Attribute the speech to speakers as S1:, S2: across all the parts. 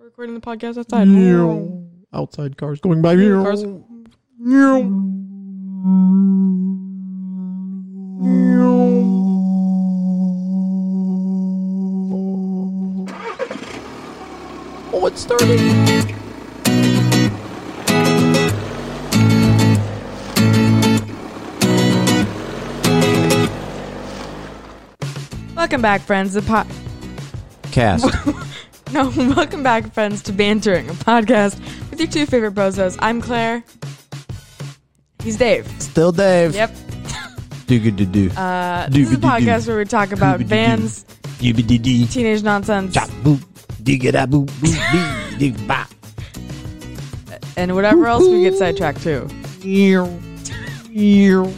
S1: podcast outside.
S2: Outside cars going by.
S1: Cars-
S2: Oh, it's starting.
S1: Welcome back, friends. The po-
S3: Cast.
S1: no, welcome back, friends, to Bantering, a podcast with your two favorite bozos. I'm Claire. He's Dave.
S3: Still Dave.
S1: Yep.
S3: Doo-ga-doo-doo.
S1: Uh, this is a
S3: Doobie-doo-doo.
S1: podcast where we talk about
S3: Doobie-doo-doo.
S1: vans,
S3: Doobie-dee-dee.
S1: teenage nonsense,
S3: Chop boop. Dig-a-da-boop. Boop. Dig bop.
S1: and whatever else we get sidetracked to.
S3: Meow. Meow.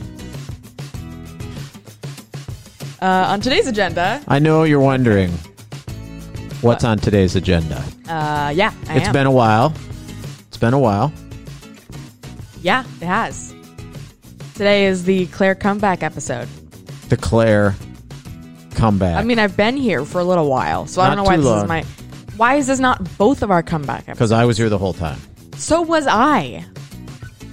S1: Uh, on today's agenda,
S3: I know you're wondering what's on today's agenda.
S1: uh, yeah, I
S3: It's
S1: am.
S3: been a while. It's been a while.
S1: yeah, it has. Today is the Claire comeback episode.
S3: The Claire comeback.
S1: I mean, I've been here for a little while, so I don't know
S3: Not
S1: why
S3: too
S1: this is
S3: long.
S1: my. Why is this not both of our comeback episodes?
S3: because I was here the whole time.
S1: So was I.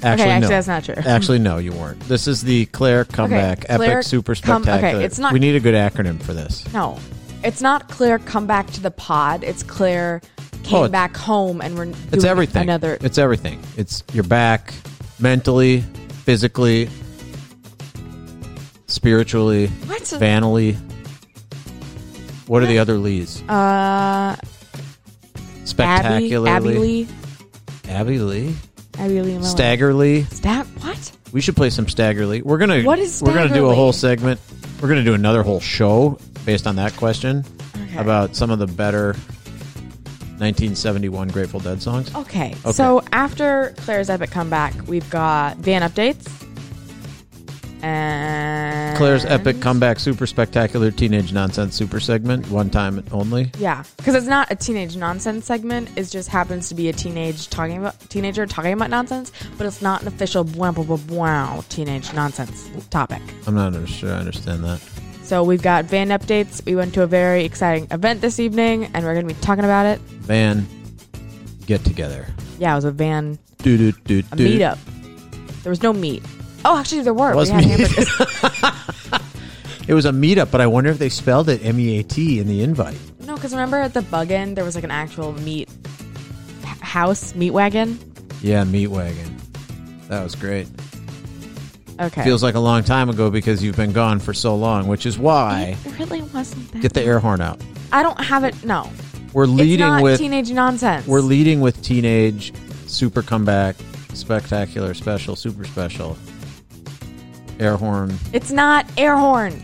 S3: Actually,
S1: okay, actually,
S3: no.
S1: that's not true.
S3: Actually, no, you weren't. This is the Claire comeback,
S1: Claire
S3: epic, super
S1: come- okay,
S3: spectacular.
S1: it's not-
S3: We need a good acronym for this.
S1: No, it's not Claire come back to the pod. It's Claire came
S3: Oh, it's-
S1: back home and we're doing
S3: It's everything.
S1: Another
S3: It's everything. It's you're back, mentally, physically, spiritually,
S1: What? Uh,
S3: vanally. What are the other lees?
S1: uh, Abby,
S3: Spectacularly,
S1: Abby Lee,
S3: Abby Lee,
S1: Abby Lee, Miller.
S3: Staggerly.
S1: Stag. What?
S3: We should play some Staggerly. We're gonna.
S1: What is
S3: We're gonna do a
S1: Staggerly?
S3: whole segment. We're gonna do another whole show based on that question
S1: Okay.
S3: about some of the better 1971 Grateful Dead songs.
S1: Okay.
S3: Okay.
S1: So after Claire's epic comeback, we've got van updates and
S3: Claire's epic comeback, super spectacular teenage nonsense super segment, one time only.
S1: Yeah, because it's not a teenage nonsense segment. It just happens to be a teenage talking about teenager talking about nonsense, but it's not an official blah blah blah blah teenage nonsense topic.
S3: I'm not under- sure I understand that.
S1: So we've got van updates. We went to a very exciting event this evening, and we're going to be talking about it.
S3: Van, get together.
S1: Yeah, it was a van
S3: Do do do
S1: a
S3: do.
S1: meetup. There was no meet. Oh, actually, there were.
S3: Was
S1: we had
S3: meet.
S1: hamburgers.
S3: It was a meetup, but I wonder if they spelled it M E A T in the invite.
S1: no, because remember at the bug end there was like an actual meat h- house meat wagon.
S3: Yeah, meat wagon. That was great.
S1: Okay,
S3: Feels like a long time ago because you've been gone for so long, which is why.
S1: it really wasn't. That
S3: Get the air horn out.
S1: I don't have it. No,
S3: We're
S1: it's
S3: leading
S1: not
S3: with
S1: teenage nonsense.
S3: we're leading with teenage super comeback spectacular special super special air horn
S1: It's not air horn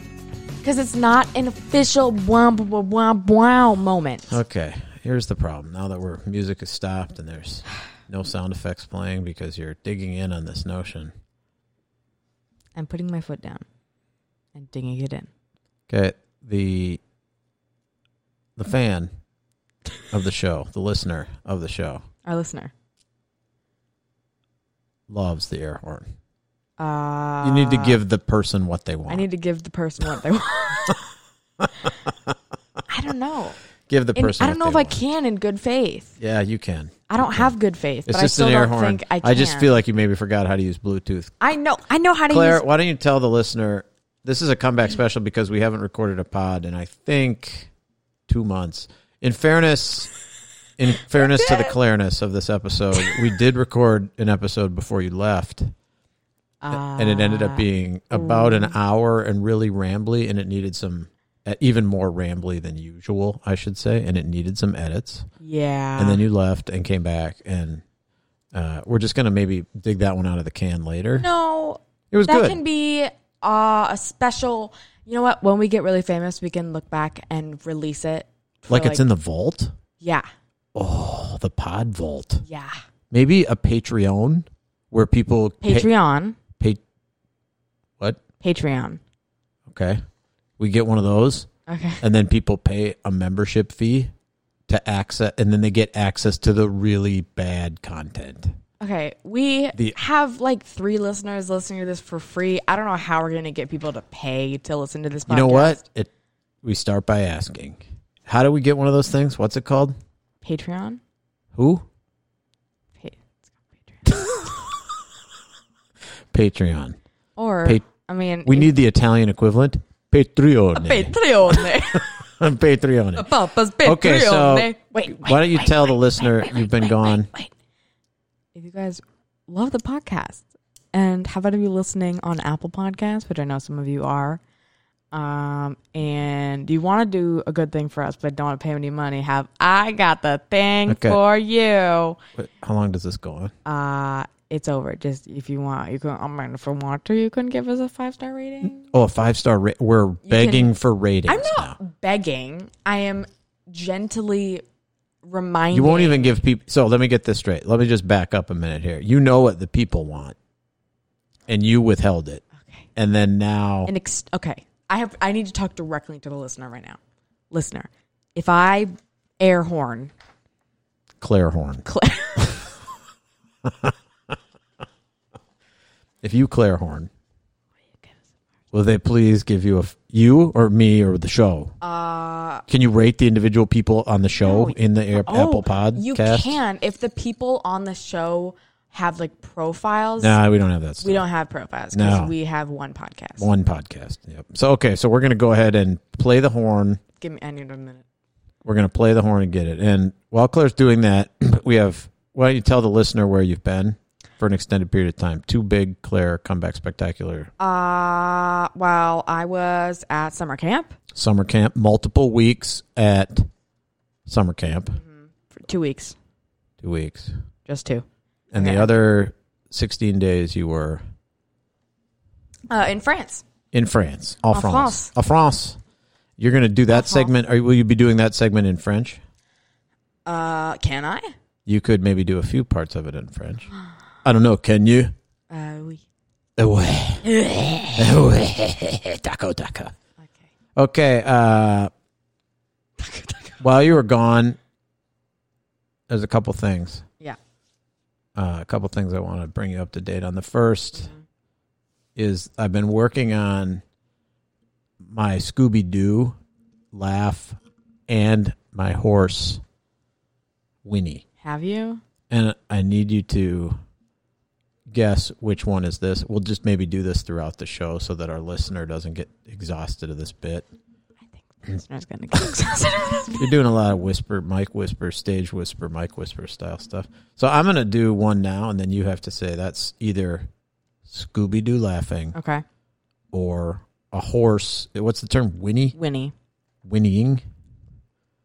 S1: because it's not an official wow wow wow wow moment.
S3: Okay, here's the problem. Now that we're music is stopped and there's no sound effects playing because you're digging in on this notion.
S1: I'm putting my foot down and dinging it in.
S3: Okay, the the fan of the show, the listener of the show
S1: Our listener.
S3: loves the air horn.
S1: Uh,
S3: You need to give the person what they want.
S1: I need to give the person what they want. I don't know.
S3: give the
S1: And
S3: person.
S1: I don't know
S3: what
S1: if
S3: they
S1: I
S3: want.
S1: can in good faith.
S3: Yeah, you can.
S1: I don't have good faith,
S3: It's
S1: but I
S3: just
S1: still
S3: an air
S1: don't
S3: horn.
S1: think I can.
S3: just feel like you maybe forgot how to use Bluetooth.
S1: I know. I know how to
S3: Claire,
S1: use.
S3: why don't you tell the listener this is a comeback special because we haven't recorded a pod in I think two months. In fairness, in fairness to the clearness of this episode, we did record an episode before you left,
S1: Ah,
S3: and it ended
S1: Uh,
S3: up being about an hour and really rambly, and it needed some uh, even more rambly than usual, I should say, and it needed some edits.
S1: Yeah.
S3: And then you left and came back, and uh, we're just gonna maybe dig that one out of the can later.
S1: no.
S3: it was
S1: that
S3: good.
S1: can be uh, a special. You know what? When we get really famous, we can look back and release it. for,
S3: like it's in the vault.
S1: Yeah,
S3: Oh, the pod vault.
S1: yeah.
S3: Maybe a Patreon where people pay-
S1: Patreon,
S3: pay- what?
S1: Patreon.
S3: Okay. We get one of those
S1: Okay.
S3: and then people pay a membership fee to access and then they get access to the really bad content.
S1: Okay, we
S3: The-
S1: have like three listeners listening to this for free. I don't know how we're gonna get people to pay to listen to this. Podcast.
S3: You know what? It we start by asking. How do we get one of those things? What's it called?
S1: Patreon.
S3: Who?
S1: Pa- it's called Patreon.
S3: Patreon.
S1: Or
S3: Pa-
S1: I mean,
S3: We
S1: it-
S3: need the Italian equivalent. Patreon.
S1: Patreon.
S3: Patreon.
S1: Papa's Patreon.
S3: Okay, so
S1: Wait, wait,
S3: Why don't you
S1: wait,
S3: tell the
S1: wait,
S3: listener
S1: wait, wait,
S3: you've been
S1: wait,
S3: gone?
S1: wait, wait. If you guys love the podcast and have to be listening on Apple Podcasts, which I know some of you are, um, and you want to do a good thing for us but don't want to pay any money, have I got the thing
S3: Okay.
S1: for you?
S3: Wait, How long does this go on?
S1: Uh it's over. Just if you want, you can. I mean, if you want to, you can give us a five star rating.
S3: Oh, a five star. Ra- we're begging for ratings.
S1: I'm
S3: now.
S1: not begging. I am gently reminding.
S3: You won't even give people. So let me get this straight. Let me just back up a minute here. You know what the people want, and you withheld it,
S1: Okay.
S3: and then now
S1: an ex- okay i have i need to talk directly to the listener right now listener if i air horn
S3: Claire Horn.
S1: Claire-
S3: if you Claire Horn, will they please give you a f- you or me or the show?
S1: uh
S3: Can you rate the individual people on the show in the air,
S1: oh,
S3: Apple Podcast?
S1: you can if the people on the show have like profiles
S3: Nah, we don't have that. Stuff.
S1: we don't have profiles because
S3: No.
S1: we have one podcast
S3: One podcast. Yep. So okay, so we're gonna go ahead and play the horn.
S1: give me i need a minute
S3: We're gonna play the horn and get it. And while Claire's doing that, we have. Why don't you tell the listener where you've been for an extended period of time? Two big Claire comeback spectacular
S1: uh well i was at summer camp
S3: summer camp, multiple weeks at summer camp,
S1: for two weeks
S3: two weeks,
S1: just two
S3: and
S1: Okay.
S3: the other sixteen days you were
S1: uh in france
S3: in France, en France,
S1: En France. Uh-huh.
S3: en France. You're gonna do that segment. Or will you be doing that segment in French?
S1: uh can i
S3: You could maybe do a few parts of it in French. I don't know. Can you?
S1: uh we
S3: Eh, Away. eh, Away. eh, Taco, taco.
S1: okay
S3: Okay. Uh, while you were gone, there's a couple things.
S1: Yeah.
S3: Uh, a couple things I want to bring you up to date on. The 1st is I've been working on my Scooby Doo laugh and my horse, Winnie.
S1: have you
S3: And I need you to guess which one is this. We'll just maybe do this throughout the show so that our listener doesn't get exhausted of this bit.
S1: i think the listener's gonna get exhausted of this
S3: You're doing a lot of whisper, mic whisper, stage whisper, mic whisper style stuff. So I'm going to do one now, and then you have to say that's either Scooby Doo laughing
S1: Okay.
S3: or a horse. What's the term? Winnie?
S1: Winnie.
S3: Whinnying?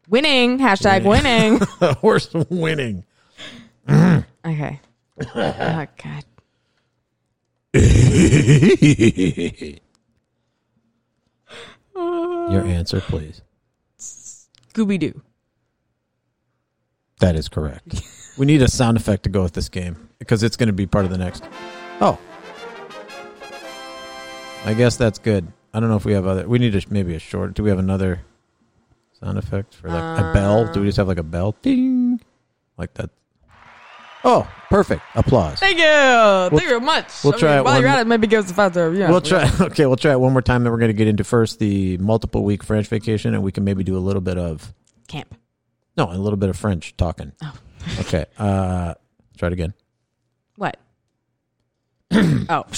S1: Winning. Hashtag winning.
S3: a horse winning.
S1: okay. Oh, God.
S3: Your
S1: Oh,
S3: answer, please.
S1: Scooby Doo.
S3: That is correct. we need a sound effect to go with this game because it's going to be part of the next. Oh. I guess that's good. I don't know if we have other. We need a, maybe a short. Do we have another sound effect for like a bell? Do we just have like a bell? Ding. Like that. Oh, perfect. Applause.
S1: Thank you. Thank you very much.
S3: we'll try it
S1: While you're
S3: one-
S1: at it, maybe give us a five star. Yeah.
S3: We'll try. Okay, we'll try it one more time. Then we're going to get into first the multiple week French vacation, and we can maybe do a little bit of
S1: Camp.
S3: no, a little bit of French talking.
S1: Oh.
S3: Okay. Uh, try it again.
S1: What? oh.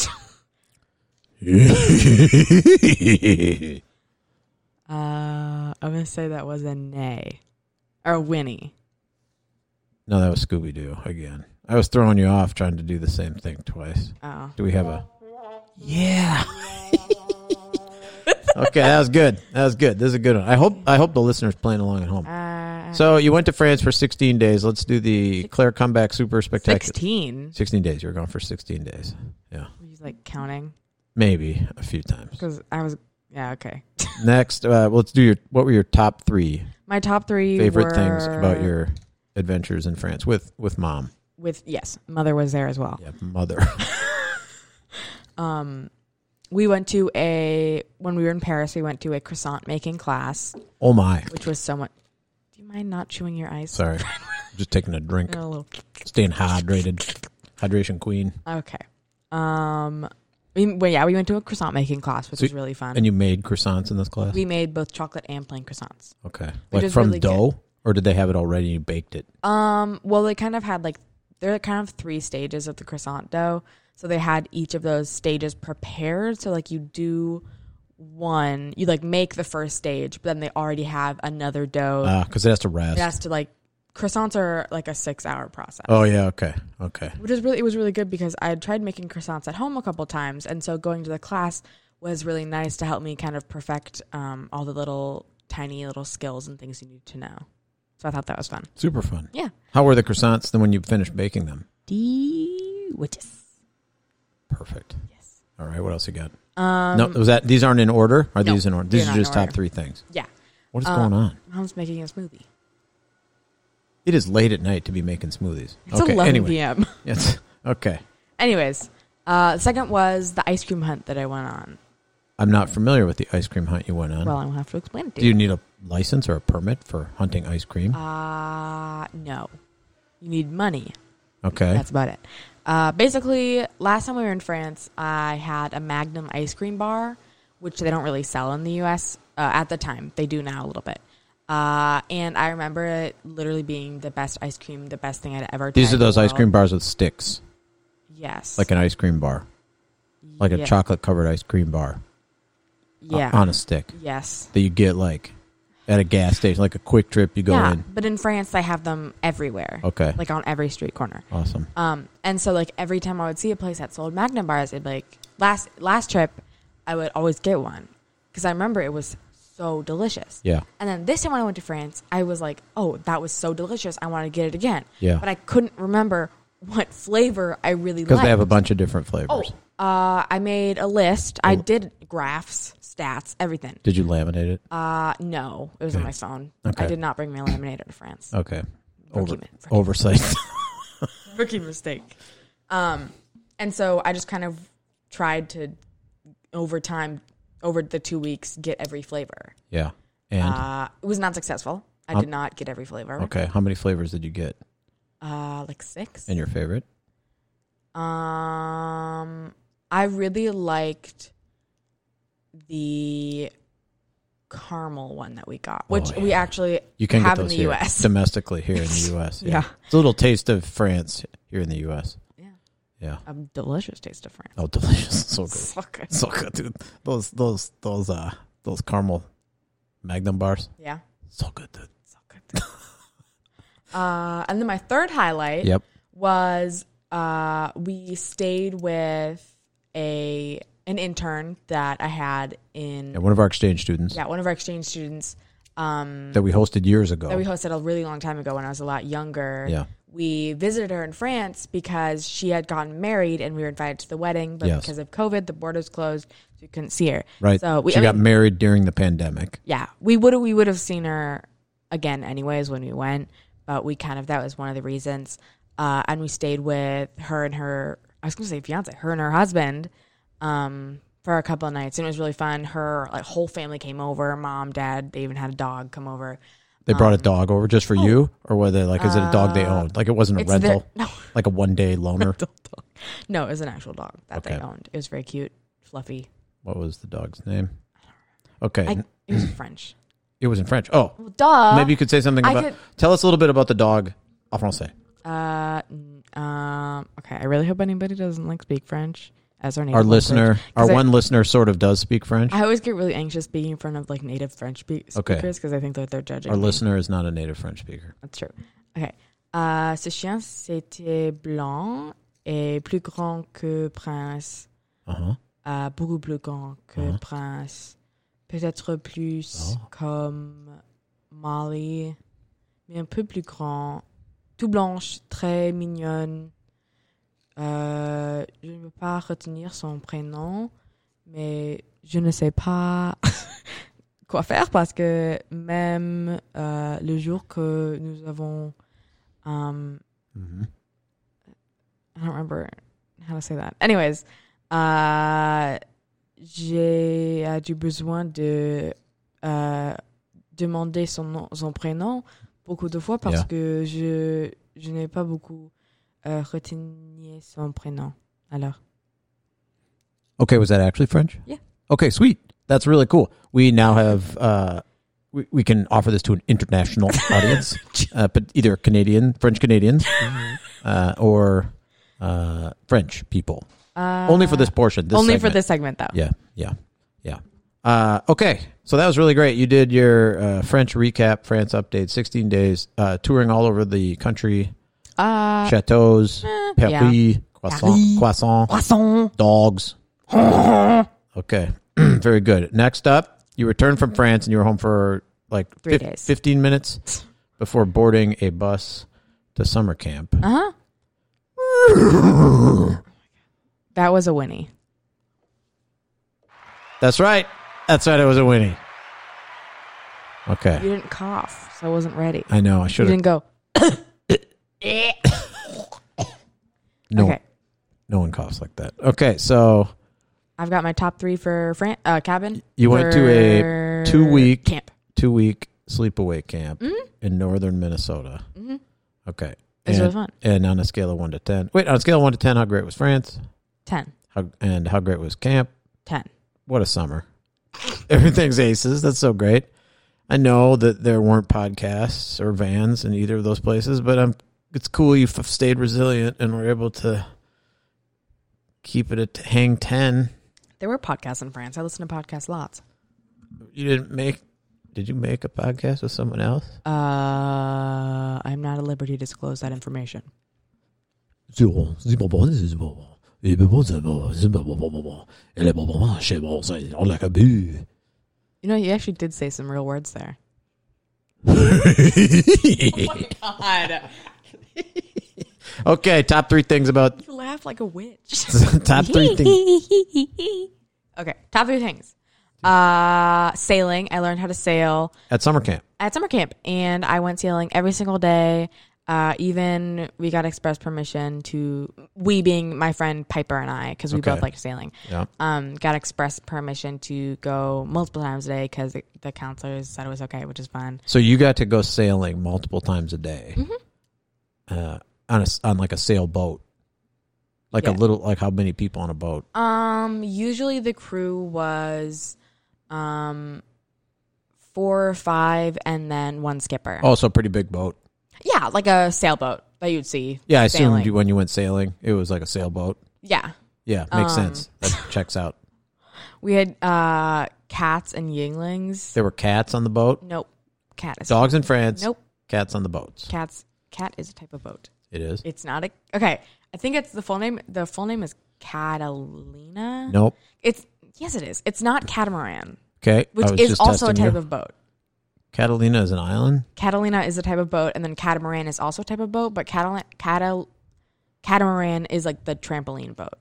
S3: Winnie.
S1: Uh, I'm going to say that was a nay. Or Winnie.
S3: No, that was Scooby Doo again. I was throwing you off trying to do the same thing twice.
S1: Oh.
S3: Do we have a? Yeah. okay, that was good. That was good. This is a good one. I hope. I hope the listeners playing along at home.
S1: Uh,
S3: So you went to France for 16 days. Let's do the Claire comeback super spectacular.
S1: 16.
S3: 16 days. You were gone for 16 days. Yeah.
S1: He's like counting.
S3: Maybe a few times.
S1: Because I was. Yeah, okay.
S3: Next, uh, let's do your. What were your top three
S1: My top three
S3: favorite
S1: were-
S3: things about your adventures in France with with mom?
S1: With, yes, mother was there as well.
S3: Yeah, mother.
S1: um, we went to a when we were in Paris. We went to a croissant making class,
S3: Oh my.
S1: which was so much. Do you mind not chewing your ice?
S3: Sorry, just taking a drink.
S1: You know, a little-
S3: Staying hydrated. Hydration queen.
S1: Okay. Um. We, well, yeah, we went to a croissant making class, which
S3: So-
S1: was really fun.
S3: And you Oh. made croissants in this class.
S1: we made both chocolate and plain croissants.
S3: Okay,
S1: Which
S3: like
S1: is
S3: from
S1: really good.
S3: dough. or did they have it already and you baked it?
S1: Um, well, they kind of had like there are kind of three stages of the croissant dough. So they had each of those stages prepared. So like you do one, you like make the first stage, but then they already have another dough.
S3: Because Ah, it has to rest.
S1: it has to like croissants are like a six hour process.
S3: Oh yeah. Okay. Okay.
S1: Which is really it was really good because I had tried making croissants at home a couple times, and so going to the class was really nice to help me kind of perfect um, all the little tiny little skills and things you need to know. So I thought that was fun.
S3: Super fun.
S1: Yeah.
S3: How were the croissants then when you finished baking them?
S1: D witches.
S3: Perfect.
S1: Yes.
S3: All right. What else you got?
S1: Um,
S3: no, was that these aren't in order? Are
S1: No,
S3: these in order?
S1: they're
S3: These
S1: not
S3: are
S1: in
S3: just top
S1: order.
S3: three things.
S1: Yeah.
S3: What is
S1: Uh,
S3: going on?
S1: Mom's making a smoothie.
S3: It is late at night to be making smoothies.
S1: It's
S3: okay.
S1: 11
S3: Anyway.
S1: p.m.
S3: Yes. Okay.
S1: Anyways, uh, the second was the ice cream hunt that I went on.
S3: I'm not familiar with the ice cream hunt you went on.
S1: Well, I will have to explain it to
S3: Do you need a license or a permit for hunting ice cream?
S1: Uh, no. You need money.
S3: okay.
S1: That's about it. Uh, basically, last time we were in France, I had a Magnum ice cream bar, which they don't really sell in the U.S. Uh, at the time. They do now a little bit. Uh, and I remember it literally being the best ice cream, the best thing I'd ever.
S3: These
S1: tried
S3: are
S1: in the
S3: those ice
S1: world.
S3: cream bars with sticks,
S1: Yes.
S3: like an ice cream bar, like a
S1: Yeah.
S3: chocolate covered ice cream bar o-
S1: Yeah.
S3: on a stick
S1: yes.
S3: that you get like at a gas station, like a quick trip. You go
S1: yeah,
S3: in.
S1: but in France they have them everywhere,
S3: Okay.
S1: like on every street corner.
S3: awesome.
S1: Um, and so like every time I would see a place that sold Magnum bars, it'd be like last last trip, I would always get one because I remember it was so delicious.
S3: Yeah.
S1: And then this time when I went to France, I was like, oh, that was so delicious. I want to get it again.
S3: Yeah.
S1: But I couldn't remember what flavor I really
S3: Because
S1: liked.
S3: they have a bunch of Oh. different flavors.
S1: Oh, uh, I made a list. I did graphs, stats, everything.
S3: Did you laminate it?
S1: Uh, no, it was on my phone.
S3: Okay.
S1: I did not bring my laminator to France.
S3: Okay.
S1: Rookie
S3: Over,
S1: mi- rookie
S3: oversight.
S1: rookie mistake. Um, and so I just kind of tried to over time, over the two weeks, get every flavor.
S3: yeah. And
S1: Uh, it was not successful. I did not get every flavor.
S3: okay, how many flavors did you get?
S1: Uh, like six.
S3: And your favorite?
S1: Um, I really liked the caramel one that we got, which
S3: Oh,
S1: we
S3: yeah.
S1: actually
S3: You can
S1: have
S3: get those
S1: in the
S3: here,
S1: U.S.
S3: domestically here in the U.S.
S1: Yeah.
S3: It's a little taste of France here in the U.S.
S1: Yeah.
S3: Yeah.
S1: A delicious taste of France.
S3: Oh, delicious! So good,
S1: So good.
S3: so good, dude. Those those those uh those caramel Magnum bars,
S1: Yeah.
S3: so good, dude.
S1: So good. uh, and then my third highlight
S3: Yep.
S1: was uh, we stayed with a an intern that I had in
S3: Yeah, one of our exchange students
S1: yeah one of our exchange students um,
S3: that we hosted years ago.
S1: that we hosted a really long time ago when I was a lot younger.
S3: Yeah.
S1: We visited her in France because she had gotten married and we were invited to the wedding, but
S3: Yes.
S1: because of COVID, the borders closed, so we couldn't see her.
S3: right.
S1: So we
S3: she
S1: I
S3: got
S1: mean,
S3: married during the pandemic.
S1: yeah, we would we would have seen her again anyways when we went, but we kind of that was one of the reasons. Uh, and we stayed with her and her I was gonna say fiance, her and her husband, um, for a couple of nights and it was really fun. Her like whole family came over, mom, dad, they even had a dog come over.
S3: They brought a
S1: Um,
S3: dog over just for you, or were they like, is it a dog they owned? Like it wasn't a
S1: oh. Uh, it's their-
S3: rental,
S1: no.
S3: like a one day loaner.
S1: No, it was an actual dog that they
S3: Okay.
S1: owned. It was very cute, fluffy.
S3: What was the dog's name? Okay,
S1: I, it was French.
S3: it was in French. Oh,
S1: Well, duh.
S3: Mm. maybe you could say something
S1: I
S3: about.
S1: could-
S3: Tell us a little bit about the dog. En français.
S1: Uh, n- um. Okay. I really hope anybody doesn't like speak French as our native.
S3: Our
S1: language.
S3: listener, our
S1: 'Cause I-
S3: one listener, sort of does speak French.
S1: I always get really anxious being in front of like native French spe- speakers
S3: Okay.
S1: because I think that they're judging.
S3: Our
S1: me.
S3: listener is not a native French speaker.
S1: That's true. Okay. Uh, ce chien c'était blanc et plus grand que prince.
S3: Uh huh.
S1: euh, beaucoup plus grand que
S3: Mhm.
S1: Prince. Peut-être plus
S3: Oh.
S1: comme Molly, mais un peu plus grand. Tout blanche, très mignonne. Euh, je ne peux pas retenir son prénom, mais je ne sais pas quoi faire parce que même euh, le jour que nous avons. um,
S3: hmm
S1: I don't remember how to say that. Anyways, uh, j'ai euh, du besoin de euh, demander son, nom, son prénom beaucoup de fois parce
S3: Yeah.
S1: que je, je n'ai pas beaucoup euh, retenu son prénom. Alors,
S3: Okay, was that actually French?
S1: Yeah.
S3: Okay, sweet. That's really cool. We now have uh, we, we can offer this to an international audience, uh, but either Canadian, French Canadians, uh, or uh, French people. only for this portion. This
S1: Uh, Only
S3: segment.
S1: for this segment, though.
S3: Yeah, yeah, yeah. Uh, okay, so that was really great. You did your uh, French recap, France update, 16 days, uh, touring all over the country,
S1: Uh,
S3: chateaus, Paris, croissant,
S1: Eh, Paris.
S3: croissant,
S1: croissant.
S3: dogs. okay, very good. Next up, you returned from France and you were home for like
S1: Three
S3: fif-
S1: days.
S3: 15 minutes before boarding a bus to summer camp.
S1: Uh huh. That was a Winnie.
S3: That's right. That's right. It was a Winnie. Okay.
S1: You didn't cough, so I wasn't ready.
S3: I know. I
S1: You
S3: should have.
S1: didn't go.
S3: No,
S1: Okay.
S3: no one coughs like that. Okay, so
S1: I've got my top three for Fran- uh, cabin.
S3: you went to a
S1: for
S3: two-week-
S1: camp. Hmm?
S3: two week sleepaway camp in northern Minnesota. Okay,
S1: Mm-hmm. It's
S3: and,
S1: really fun.
S3: And on a scale of one to ten, wait, on a scale of one to ten, how great was France?
S1: Ten.
S3: How and how great was camp?
S1: Ten.
S3: What a summer! Everything's aces. That's so great. I know that there weren't podcasts or vans in either of those places, but I'm. It's cool you have stayed resilient and were able to keep it at hang ten.
S1: There were podcasts in France. I listen to podcasts lots.
S3: You didn't make. Did you make a podcast with someone else?
S1: Uh, I'm not at liberty to disclose that information. You know, you actually did say some real words there. Oh God,
S3: okay, top three things about
S1: you laugh like a witch.
S3: top three things.
S1: okay, top three things. Uh, sailing. I learned how to sail
S3: At summer camp,
S1: at summer camp, and I went sailing every single day. Uh, even we got express permission to we being my friend Piper and I because we
S3: Okay.
S1: both liked sailing.
S3: yeah,
S1: Um, got express permission to go multiple times a day because the, the counselors said it was okay, which is fun.
S3: so you got to go sailing multiple times a day,
S1: Mm-hmm.
S3: uh, on a s- on like a sailboat, like a
S1: Yeah.
S3: little like how many people on a boat?
S1: Um, usually the crew was, um, four or five, and then one skipper.
S3: Oh, so a pretty big boat.
S1: Yeah, like a sailboat that you'd see.
S3: Yeah, I assumed
S1: Sailing.
S3: you, when you went sailing, it was like a sailboat.
S1: Yeah,
S3: Yeah, makes
S1: Um.
S3: sense. That checks out.
S1: we had uh cats and Yinglings.
S3: There were cats on the boat.
S1: Nope, cat is
S3: Dogs in France.
S1: Nope.
S3: Cats on the boats.
S1: cats. Cat is a type of boat.
S3: It is.
S1: It's not a okay. I think it's the full name. The full name is Catalina.
S3: Nope.
S1: It's yes, it is. It's not catamaran,
S3: Okay. I
S1: which
S3: was
S1: is
S3: just
S1: also a
S3: testing
S1: type
S3: you.
S1: of boat.
S3: Catalina is an island.
S1: Catalina is a type of boat, and then catamaran is also a type of boat, but catal- catal- catamaran is like the trampoline boat.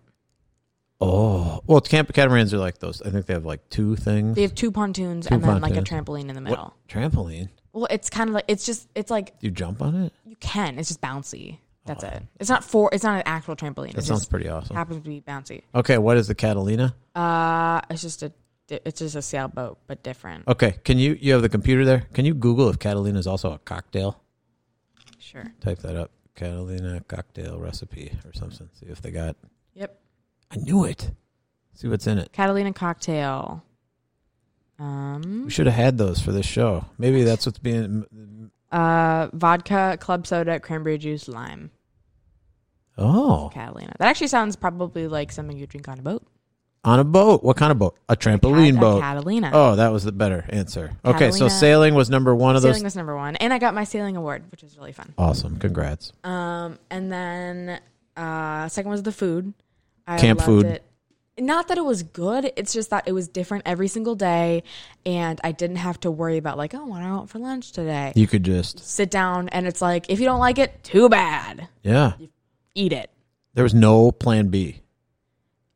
S3: Oh, well, camp catamarans are like those. I think they have like two things.
S1: They have two pontoons
S3: Two
S1: and then like a
S3: pontoons.
S1: trampoline in the
S3: What-
S1: middle.
S3: trampoline?
S1: Well, it's kind of like it's just it's like
S3: Do you jump on it?
S1: you can. It's just bouncy. That's it. It's not for. It's not an actual trampoline.
S3: Oh. That
S1: It
S3: sounds
S1: just
S3: pretty awesome.
S1: happens to be bouncy.
S3: Okay, what is the Catalina?
S1: Uh, it's just a di- it's just a sailboat, but different.
S3: Okay, can you you have the computer there? Can you Google if Catalina is also a cocktail?
S1: Sure.
S3: Type that up, Catalina cocktail recipe or something. See if they got.
S1: Yep.
S3: I knew it. See what's in it.
S1: Catalina cocktail.
S3: We
S1: Um.
S3: should have had those for this show. Maybe that's what's being.
S1: Uh, vodka, club soda, cranberry juice, lime.
S3: Oh,
S1: Catalina. That actually sounds probably like something you drink on a boat.
S3: on a boat. What kind of boat? A trampoline
S1: Cat- a
S3: boat.
S1: Catalina.
S3: Oh, that was the better answer. Okay, so
S1: Catalina.
S3: sailing was number one of
S1: sailing
S3: those.
S1: was number one, and I got my sailing award, which was really fun.
S3: awesome. Congrats.
S1: Um, and then uh, second was the food. I
S3: Camp
S1: loved
S3: food.
S1: It. Not that it was good. It's just that it was different every single day, and I didn't have to worry about like, oh, what do I want for lunch today.
S3: You could just
S1: Sit down, and it's like, if you don't like it, too bad.
S3: yeah.
S1: Eat it.
S3: There was no plan B.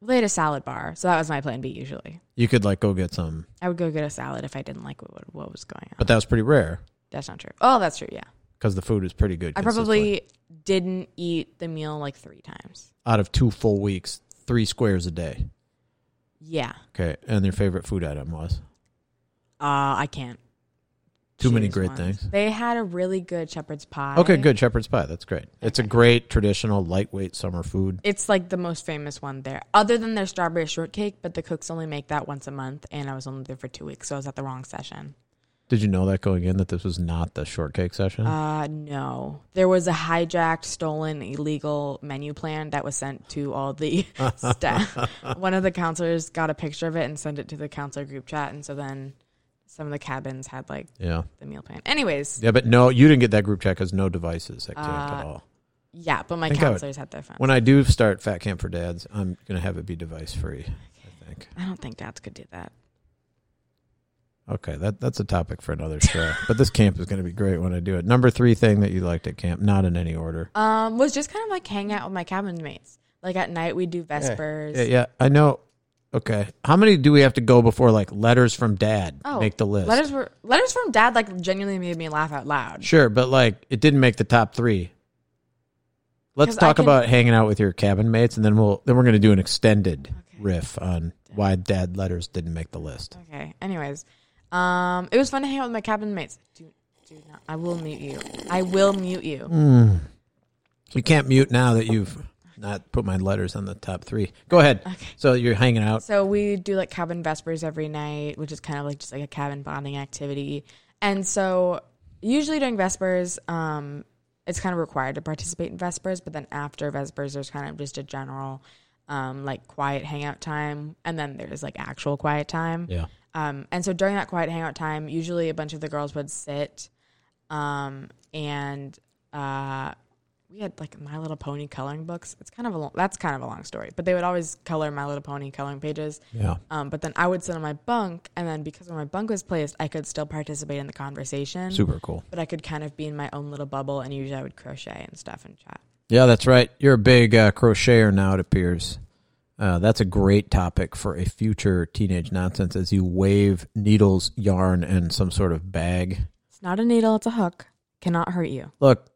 S1: They had a salad bar, so that was my plan B. Usually,
S3: You could like go get some,
S1: I would go get a salad if I didn't like what, what was going on.
S3: but that was pretty rare
S1: That's not true. Oh, that's true. Yeah.
S3: because the food was pretty good.
S1: I
S3: consistently.
S1: probably didn't eat the meal like three times.
S3: out of two full weeks, three squares a day.
S1: Yeah.
S3: Okay, and their favorite food item was
S1: Uh, I can't.
S3: too many
S1: choose
S3: great
S1: one.
S3: things.
S1: They had a really good shepherd's pie.
S3: Okay, good shepherd's pie. That's great. It's a great traditional lightweight summer food.
S1: It's like the most famous one there, other than their strawberry shortcake, but the cooks only make that once a month, and I was only there for two weeks, so I was at the wrong session.
S3: Did you know that going in that this was not the shortcake session?
S1: Uh, no. There was a hijacked, stolen, illegal menu plan that was sent to all the staff. One of the counselors got a picture of it and sent it to the counselor group chat. And so then some of the cabins had like
S3: yeah.
S1: the meal plan. Anyways,
S3: Yeah, but no, you didn't get that group chat because no devices at camp at
S1: Uh,
S3: all.
S1: yeah, but my
S3: Think I would-
S1: counselors had their phones.
S3: When I do start Fat Camp for Dads, I'm going to have it be device free, I think.
S1: I don't think dads could do that.
S3: Okay, that, that's a topic for another show. but this camp is going to be great when I do it. Number three thing that you liked at camp, not in any order.
S1: Um, was just kind of like hang out with my cabin mates. Like at night, we do Vespers.
S3: Yeah, yeah, I know. Okay. How many do we have to go before, like, letters from dad
S1: Oh,
S3: make the list?
S1: Letters were letters from dad like genuinely made me laugh out loud.
S3: Sure, but like it didn't make the top three. Let's
S1: 'Cause I
S3: talk
S1: can-
S3: about hanging out with your cabin mates, and then we'll then we're gonna do an extended
S1: Okay.
S3: riff on why dad letters didn't make the list.
S1: Okay. Anyways, um, it was fun to hang out with my cabin mates. Do, do not. I will mute you. I will mute you.
S3: You can't mute now that you've not put my letters on the top three. Go ahead. So you're hanging out.
S1: So we do like cabin vespers every night, which is kind of like just like a cabin bonding activity. And so usually during vespers, um, it's kind of required to participate in vespers, but then after vespers, there's kind of just a general um, like quiet hangout time, and then there's like actual quiet time.
S3: Yeah.
S1: Um, and so during that quiet hangout time, usually a bunch of the girls would sit, um, and uh, we had like My Little Pony coloring books. It's kind of a long, that's kind of a long story, but they would always color My Little Pony coloring pages.
S3: Yeah.
S1: Um, but then I would sit on my bunk, and then because when my bunk was placed, I could still participate in the conversation,
S3: Super cool.
S1: but I could kind of be in my own little bubble. And usually I would crochet and stuff and chat.
S3: Yeah, that's right. You're a big uh, crocheter now. It appears. Uh, that's a great topic for a future teenage nonsense as you wave needles, yarn, and some sort of bag.
S1: It's not a needle; it's a hook. Cannot hurt you.
S3: Look,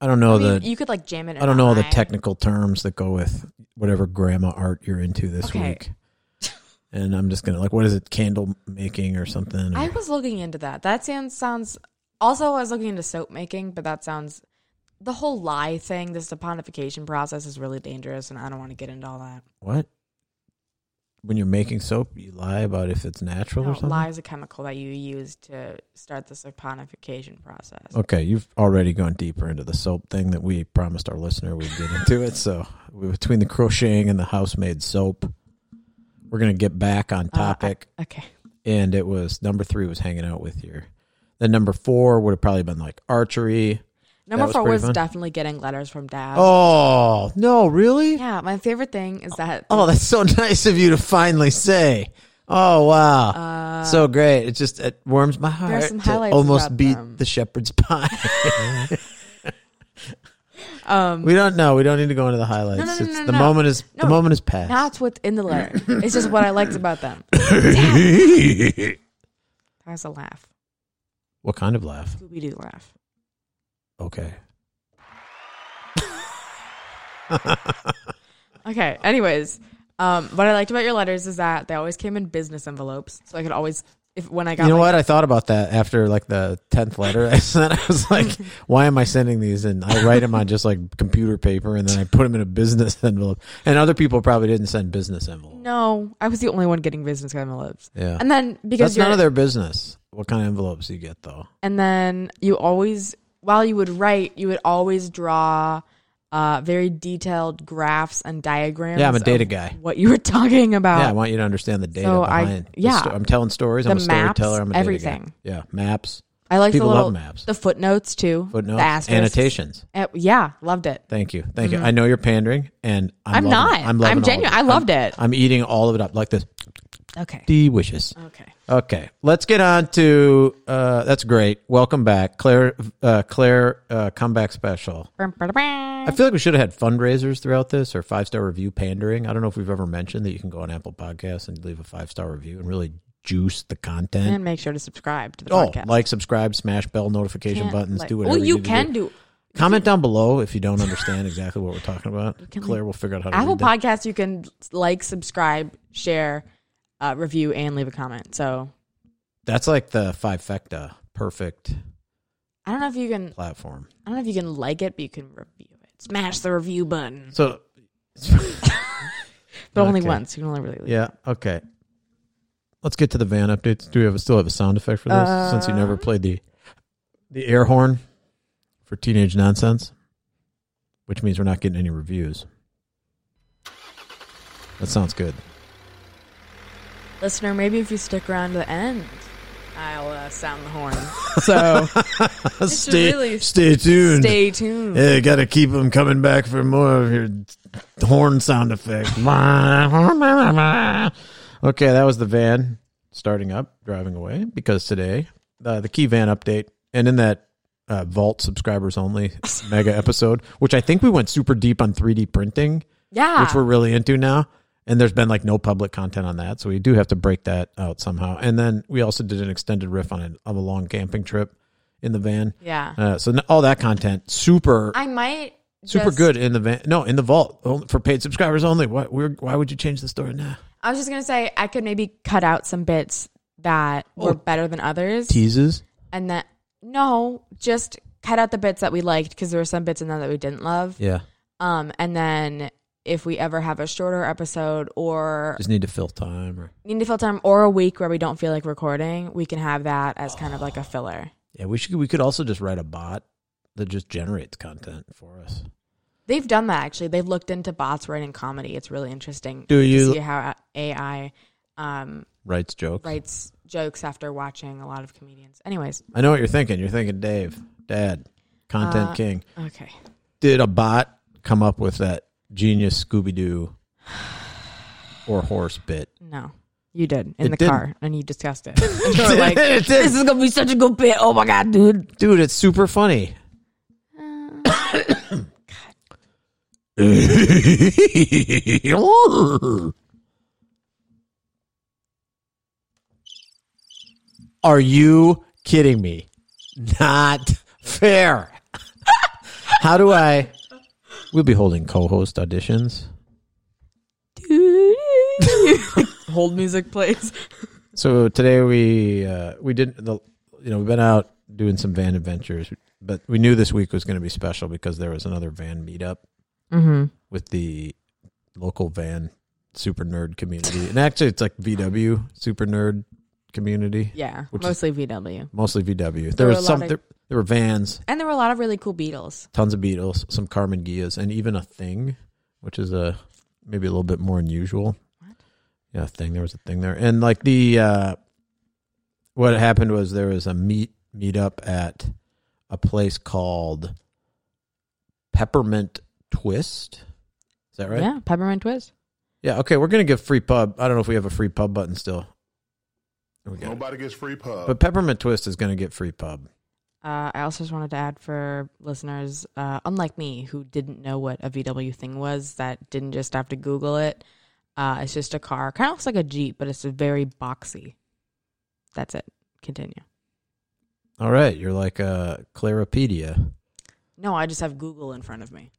S3: I don't know
S1: I mean,
S3: the
S1: you could like jam it. In
S3: I don't know all the
S1: eye.
S3: technical terms that go with whatever grandma art you're into this
S1: Okay.
S3: week. And I'm just gonna like, what is it, candle making or something?
S1: I was looking into that. That sounds sounds. Also, I was looking into soap making, but that sounds the whole lie thing. This the pontification process is really dangerous, and I don't want to get into all that.
S3: what? When you're making soap, you lie about if it's natural or
S1: No,
S3: something.
S1: lye is a chemical that you use to start this saponification process.
S3: Okay, you've already gone deeper into the soap thing that we promised our listener we'd get into it. So we- between the crocheting and the house-made soap, we're gonna get back on
S1: Uh, I-
S3: topic.
S1: okay.
S3: and it was number three was hanging out with your. Then number four would have probably been like archery.
S1: Number
S3: was
S1: four
S3: pretty
S1: was
S3: fun.
S1: definitely getting letters from dad.
S3: Oh no, really?
S1: Uh, Yeah, my favorite thing is that
S3: Oh, that's so nice of you to finally say. Oh
S1: uh,
S3: wow, so great! It just it warms my heart.
S1: some
S3: to
S1: highlights
S3: almost
S1: about
S3: beat
S1: them.
S3: the shepherd's pie.
S1: um,
S3: we don't know. We don't need to go into the highlights.
S1: no, no,
S3: It's-
S1: no,
S3: the
S1: no.
S3: moment is the
S1: No.
S3: moment is past.
S1: that's what's in the letter. it's just what I liked about them. That was a laugh.
S3: what kind of laugh?
S1: Scooby Doo laugh.
S3: Okay.
S1: Okay. Anyways, um, what I liked about your letters is that they always came in business envelopes, so I could always, if when I got,
S3: you know
S1: my-
S3: what? I thought about that after like the tenth letter I sent. I was like, "Why am I sending these?" And I write them on just like computer paper, and then I put them in a business envelope. And other people probably didn't send business envelopes.
S1: No, I was the only one getting business envelopes,
S3: Yeah,
S1: and then because
S3: that's
S1: you're,
S3: none of their business. What kind of envelopes you get though?
S1: and then you always, while you would write, you would always draw. Uh, very detailed graphs and diagrams.
S3: Yeah, I'm a data
S1: of
S3: guy.
S1: What you were talking about.
S3: yeah, I want you to understand the data
S1: Uh, so I-
S3: behind. the
S1: yeah.
S3: sto- I'm telling stories. I'm a
S1: The maps,
S3: storyteller. I'm a data guy.
S1: everything.
S3: Yeah, maps,
S1: I like the
S3: People
S1: little
S3: love maps.
S1: the footnotes too. the
S3: footnotes,
S1: asterisks.
S3: annotations.
S1: Uh, yeah, loved it.
S3: Thank you, thank you. I know you're pandering, and I'm,
S1: I'm,
S3: loving
S1: not.
S3: It.
S1: I'm,
S3: loving all of
S1: genuine.
S3: it.
S1: I loved
S3: I'm-
S1: it.
S3: I'm eating all of it up like this.
S1: Okay.
S3: Delicious.
S1: Okay.
S3: Okay, let's get on to uh, that's great. Welcome back, Claire. Uh, Claire, uh, comeback special. I feel like we should have had fundraisers throughout this or five star review pandering. I don't know if we've ever mentioned that you can go on Apple Podcasts and leave a five star review and really juice the content.
S1: And make sure to subscribe to the
S3: Oh,
S1: podcast.
S3: like, subscribe, smash bell notification
S1: Can't,
S3: buttons.
S1: like-
S3: do whatever.
S1: Well, you
S3: need to
S1: can
S3: do.
S1: do
S3: Comment down below if you don't understand exactly what we're talking about.
S1: can,
S3: Claire will figure out how to
S1: Apple
S3: read that.
S1: Podcasts. You can like, subscribe, share, uh, review, and leave a comment. So
S3: That's like the fivefecta perfect
S1: I don't know if you can.
S3: platform.
S1: I don't know if you can like it, but you can review it. Smash the review button,
S3: So
S1: but only
S3: Okay.
S1: once. You can only really.
S3: Yeah. Okay. Let's get to the van updates. Do we have a, still have a sound effect for this? Since you never
S1: Uh,
S3: played the the air horn for teenage nonsense, which means we're not getting any reviews. That sounds good.
S1: Listener, maybe if you stick around to the end, I'll uh, sound the horn. So should
S3: stay
S1: really
S3: stay tuned.
S1: stay tuned.
S3: Yeah, gotta keep them coming back for more of your horn sound effect. okay, that was the van starting up, driving away, because today, uh, the key van update, and in that uh, Vault subscribers only mega episode, which I think we went super deep on 3D printing,
S1: Yeah.
S3: which we're really into now. And there's been like no public content on that, so we do have to break that out somehow. And then we also did an extended riff on a, of a long camping trip in the van.
S1: yeah.
S3: Uh, so n- all that content, super,
S1: I might.
S3: super
S1: just-
S3: good in the van. No, in the vault only- for paid subscribers only. Why, we're, why would you change the story now?
S1: I was just gonna say I could maybe cut out some bits that
S3: Oh.
S1: were better than others,
S3: Teases.
S1: and that no, just cut out the bits that we liked because there were some bits in there that we didn't love.
S3: Yeah,
S1: Um, and then if we ever have a shorter episode or
S3: just need to fill time. Or
S1: need to fill time or a week where we don't feel like recording, we can have that as kind of
S3: Ah.
S1: like a filler.
S3: yeah, we should. We could also just write a bot that just generates content for us.
S1: They've done that actually. They've looked into bots writing comedy. It's really interesting
S3: Do
S1: to
S3: you-
S1: see how AI um,
S3: Writes jokes.
S1: writes jokes after watching a lot of comedians. Anyways,
S3: I know what you're thinking. You're thinking, Dave, Dad,
S1: Uh,
S3: Content King.
S1: okay.
S3: Did a bot come up with that genius Scooby Doo or horse bit?
S1: No, you did in
S3: It
S1: the
S3: didn't.
S1: car, and you discussed it. And you were like,
S3: It did.
S1: this is gonna be such a good bit. Oh my god, dude!
S3: Dude, it's super funny. Are you kidding me? Not fair. How do I? We'll be holding co-host auditions.
S1: Hold music plays.
S3: So today we uh, we didn't the you know we've been out doing some van adventures, but we knew this week was going to be special because there was another van meetup
S1: Mm-hmm.
S3: with the local van super nerd community, and actually it's like VW super nerd community,
S1: Yeah,
S3: Which is-
S1: mostly VW,
S3: mostly VW. There,
S1: There were a
S3: was some
S1: lot of-
S3: there, there were vans,
S1: and there were a lot of really cool Beatles.
S3: tons of Beatles, some Carmen Gias, and even a thing, which is a maybe a little bit more unusual.
S1: What?
S3: Yeah, thing. There was a thing there, and like the uh, what happened was there was a meet meetup at a place called Peppermint Twist. Is that right?
S1: Yeah, peppermint twist.
S3: Yeah. Okay, we're gonna give free pub. I don't know if we have a free pub button still. There we go.
S4: Nobody gets free pub.
S3: But Peppermint Twist is gonna get free pub.
S1: Uh, I also just wanted to add for listeners, uh, unlike me, who didn't know what a VW thing was, that didn't just have to Google it. Uh, it's just a car, kind of looks like a Jeep, but it's very boxy. That's it. Continue.
S3: All right, you're like a Claripedia.
S1: No, I just have Google in front of me.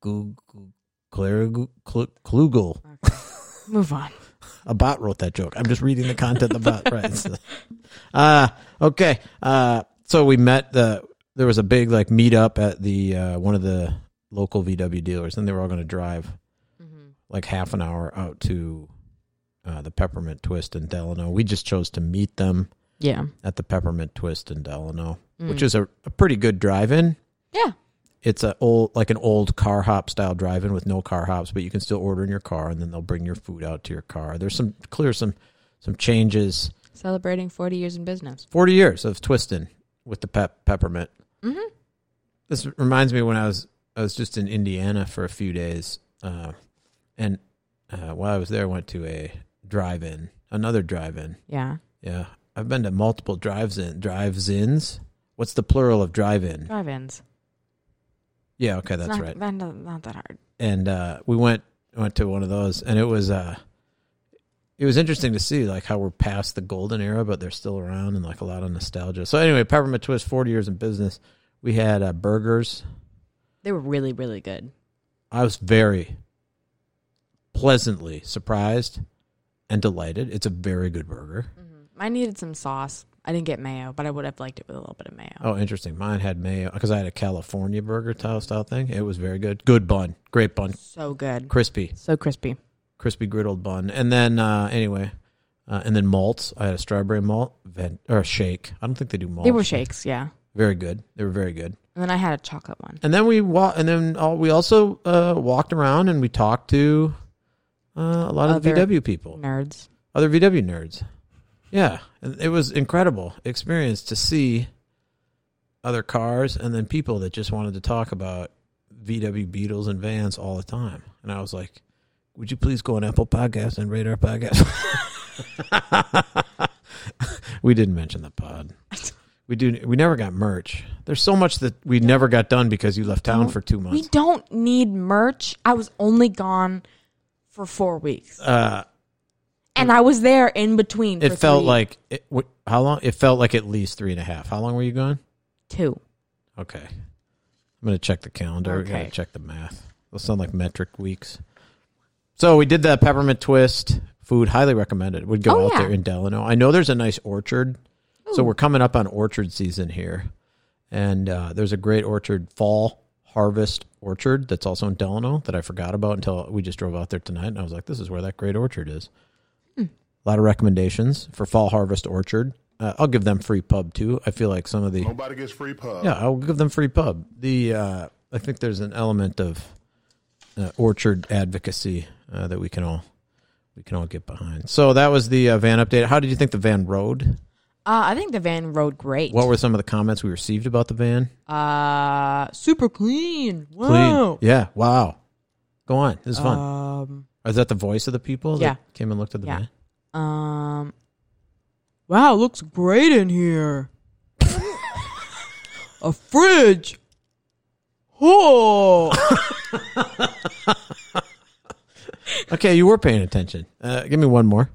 S3: Google, Clara Goo- Clu- Klugel.
S1: Move on.
S3: A bot wrote that joke. I'm just reading the content the bot writes. Uh, okay. Uh, so we met the, there was a big like meetup at the, uh, one of the local VW dealers and they were all going to drive
S1: Mm-hmm.
S3: like half an hour out to, uh, the Peppermint Twist in Delano. We just chose to meet them
S1: Yeah.
S3: at the Peppermint Twist in Delano, which
S1: Mm.
S3: is a, a pretty good drive-in.
S1: Yeah.
S3: it's a old like an old car hop style drive-in with no car hops, but you can still order in your car, and then they'll bring your food out to your car. There's some clear some some changes.
S1: Celebrating 40 years in business.
S3: Forty years of twisting with the pep- peppermint.
S1: Mm-hmm.
S3: This reminds me when I was I was just in Indiana for a few days, uh, and uh, while I was there, I went to a drive-in, another drive-in.
S1: Yeah.
S3: Yeah, I've been to multiple drives-in, drives-ins. What's the plural of drive-in?
S1: Drive ins.
S3: Yeah, okay, that's
S1: not,
S3: right.
S1: That, not, not that hard.
S3: and uh, we went went to one of those, and it was uh, it was interesting to see like how we're past the golden era, but they're still around and like a lot of nostalgia. So anyway, Peppermint Twist, forty years in business. We had uh, burgers.
S1: They were really, really good.
S3: I was very pleasantly surprised and delighted. It's a very good burger.
S1: I needed some sauce. I didn't get mayo, but I would have liked it with a little bit of mayo.
S3: Oh, interesting. Mine had mayo because I had a California burger style style thing. It was very good. Good bun, great bun,
S1: So good.
S3: crispy.
S1: So crispy.
S3: crispy griddled bun. And then uh, anyway, Uh, and then malts. I had a strawberry malt vent, or shake. I don't think they do malt.
S1: They were shakes, yeah.
S3: Very good. They were very good.
S1: And then I had a chocolate one.
S3: And then we wa- and then all, we also uh, walked around and we talked to uh, a lot of
S1: Other-
S3: VW people,
S1: Nerds.
S3: other VW nerds. Yeah, and it was incredible experience to see other cars and then people that just wanted to talk about VW Beetles and vans all the time. And I was like, "Would you please go on Apple Podcast and Radar Podcast?" we didn't mention the pod. We do. We never got merch. There's so much that we never got done because you left town for two
S1: We
S3: months.
S1: don't need merch. I was only gone for four weeks.
S3: Uh,
S1: and I was there in between.
S3: it
S1: for
S3: felt
S1: three-
S3: like it, wh- how long? It felt like at least three and a half. How long were you gone?
S1: two.
S3: Okay. I'm gonna check the calendar. We gotta
S1: Okay.
S3: check the math. Those sound like metric weeks. So we did that peppermint twist. Food highly recommended. Would go
S1: Oh,
S3: out
S1: yeah.
S3: there in Delano. I know there's a nice orchard. So we're coming up on orchard season here, and uh, there's a great orchard fall harvest orchard that's also in Delano that I forgot about until we just drove out there tonight, and I was like, "This is where that great orchard is."
S1: Hmm.
S3: A lot of recommendations for fall harvest orchard. Uh, I'll give them free pub too. I feel like some of the
S4: Nobody gets free pub.
S3: yeah, I'll give them free pub. The uh, I think there's an element of uh, orchard advocacy uh, that we can all we can all get behind. So that was the uh, van update. How did you think the van rode?
S1: Uh, I think the van rode great.
S3: What were some of the comments we received about the van?
S1: uh, super clean. Wow.
S3: Yeah. Wow. Go on. This is fun.
S1: Um,
S3: Is that the voice of the people
S1: yeah.
S3: that came and looked at the
S1: Yeah.
S3: van?
S1: um, wow, looks great in here. A fridge. Oh.
S3: Okay, you were paying attention. Uh, give me one more.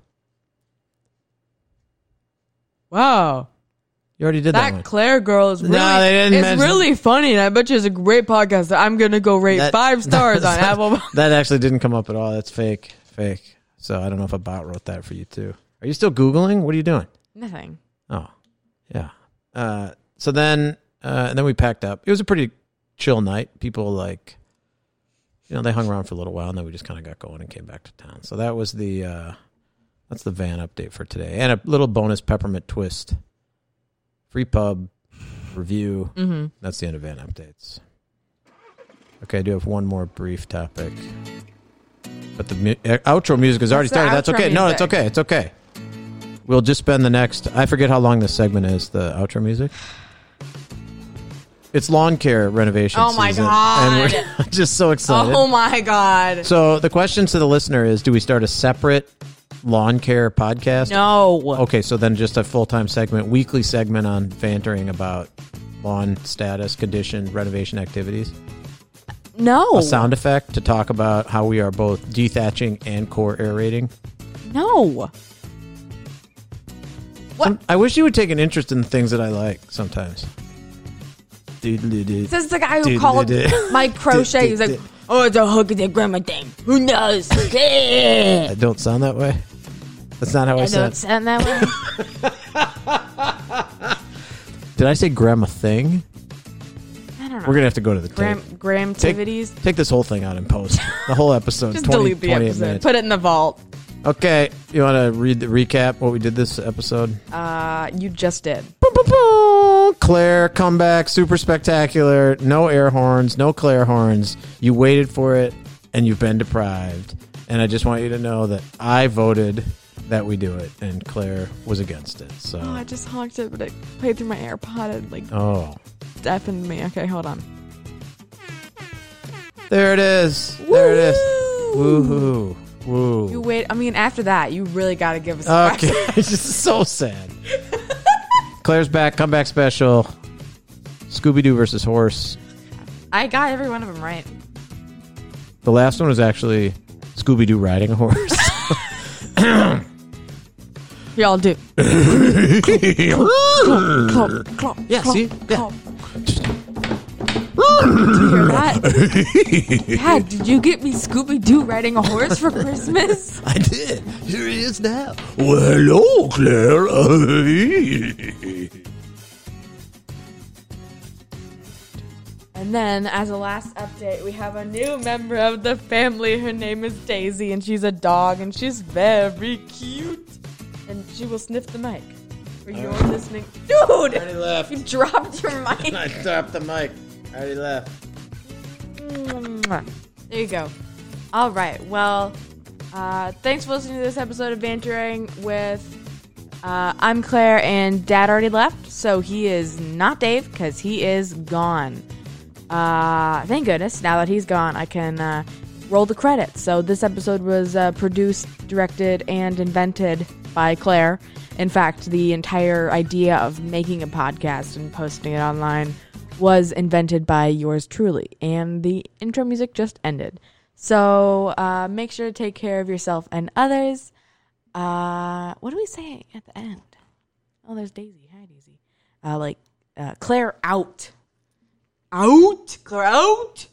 S1: wow.
S3: You already did that,
S1: That
S3: one.
S1: Claire girl is really,
S3: they didn't
S1: it's
S3: mention-
S1: really funny, and I bet you it's a great podcast. that I'm gonna go rate
S3: That-
S1: five stars on
S3: that-
S1: Apple.
S3: that actually didn't come up at all. That's fake. Fake. So I don't know if a bot wrote that for you too. Are you still googling? What are you doing?
S1: Nothing.
S3: Oh, yeah. Uh, so then, uh, and then we packed up. It was a pretty chill night. People like, you know, they hung around for a little while, and then we just kind of got going and came back to town. So that was the uh, that's the van update for today, and a little bonus peppermint twist, free pub review. Mm-hmm. That's the end of van updates. Okay, I do have one more brief topic, but the mu- uh, outro music has already
S1: That's the
S3: started. That's
S1: outro
S3: okay. No,
S1: music.
S3: it's okay. It's okay. We'll just spend the next. I forget how long this segment is. The outro music. It's lawn care renovation.
S1: Oh my
S3: season,
S1: God.
S3: And we're just so excited.
S1: Oh my god.
S3: so the question to the listener is: Do we start a separate lawn care podcast?
S1: No.
S3: Okay, so then just a full time segment, weekly segment on bantering about lawn status, condition, renovation activities.
S1: No.
S3: A sound effect to talk about how we are both dethatching and core aerating.
S1: No.
S3: Some- I wish you would take an interest in the things that I like sometimes. Doodle-doo-doo.
S1: This is the guy who
S3: Dude,
S1: called
S3: dude, dude.
S1: my crochet. He's like,
S3: Dude, dude,
S1: oh, it's a hook and a grandma thing. Who knows?
S3: I
S1: I
S3: don't sound that way. That's not how I,
S1: don't
S3: sound.
S1: sound that way.
S3: Did I say grandma thing?
S1: I don't know.
S3: We're gonna have to go to the
S1: Gram
S3: tape.
S1: Gramtivities.
S3: Take, take this whole thing out and post the whole episode.
S1: Just
S3: 20
S1: delete the
S3: 28
S1: episode.
S3: minutes.
S1: Put it in the vault.
S3: Okay, you want to read the recap what we did this episode?
S1: Uh, you just did.
S3: Boom, boom, boom. Claire comeback, super spectacular. No air horns, no Claire horns. You waited for it, and you've been deprived. And I just want you to know that I voted that we do it, and Claire was against it. So,
S1: Oh, I just honked it, but it played through my AirPod and like
S3: oh,
S1: deafened me. Okay, hold on.
S3: there it is. There it is.
S1: Woo.
S3: Woohoo! Woo!
S1: You wait. I mean, after that, you really got to give us. a
S3: Okay, it's just so sad. Claire's back, comeback special. Scooby Doo versus Horse.
S1: I got every one of them right.
S3: The last one was actually Scooby Doo riding a horse.
S1: Y'all do. Clomp, clomp,
S3: Yeah,
S1: clomp,
S3: see? Yeah.
S1: clomp. Did you hear that? Dad, did you get me Scooby Doo riding a horse for Christmas?
S3: I did. Here he is now. Well, hello, Claire.
S1: And then, as a last update, we have a new member of the family. Her name is Daisy, and she's a dog, and she's very cute. She will sniff the mic. For your
S3: Uh.
S1: listening. Dude!
S3: already left.
S1: You dropped your
S3: I
S1: mic.
S3: dropped the mic. I already left.
S1: Mwah. there you go. All right. Well, uh, thanks for listening to this episode of Bantering with. Uh, I'm Claire, and Dad already left, so he is not Dave because he is gone. Uh, thank goodness. Now that he's gone, I can uh, roll the credits. So this episode was uh, produced, directed, and invented by Claire. In fact, the entire idea of making a podcast and posting it online was invented by yours truly, and the intro music just ended. So uh, make sure to take care of yourself and others. Uh, what do we say at the end? Oh, there's Daisy. Hi, Daisy. Uh, like uh, Claire out. Out. Claire out.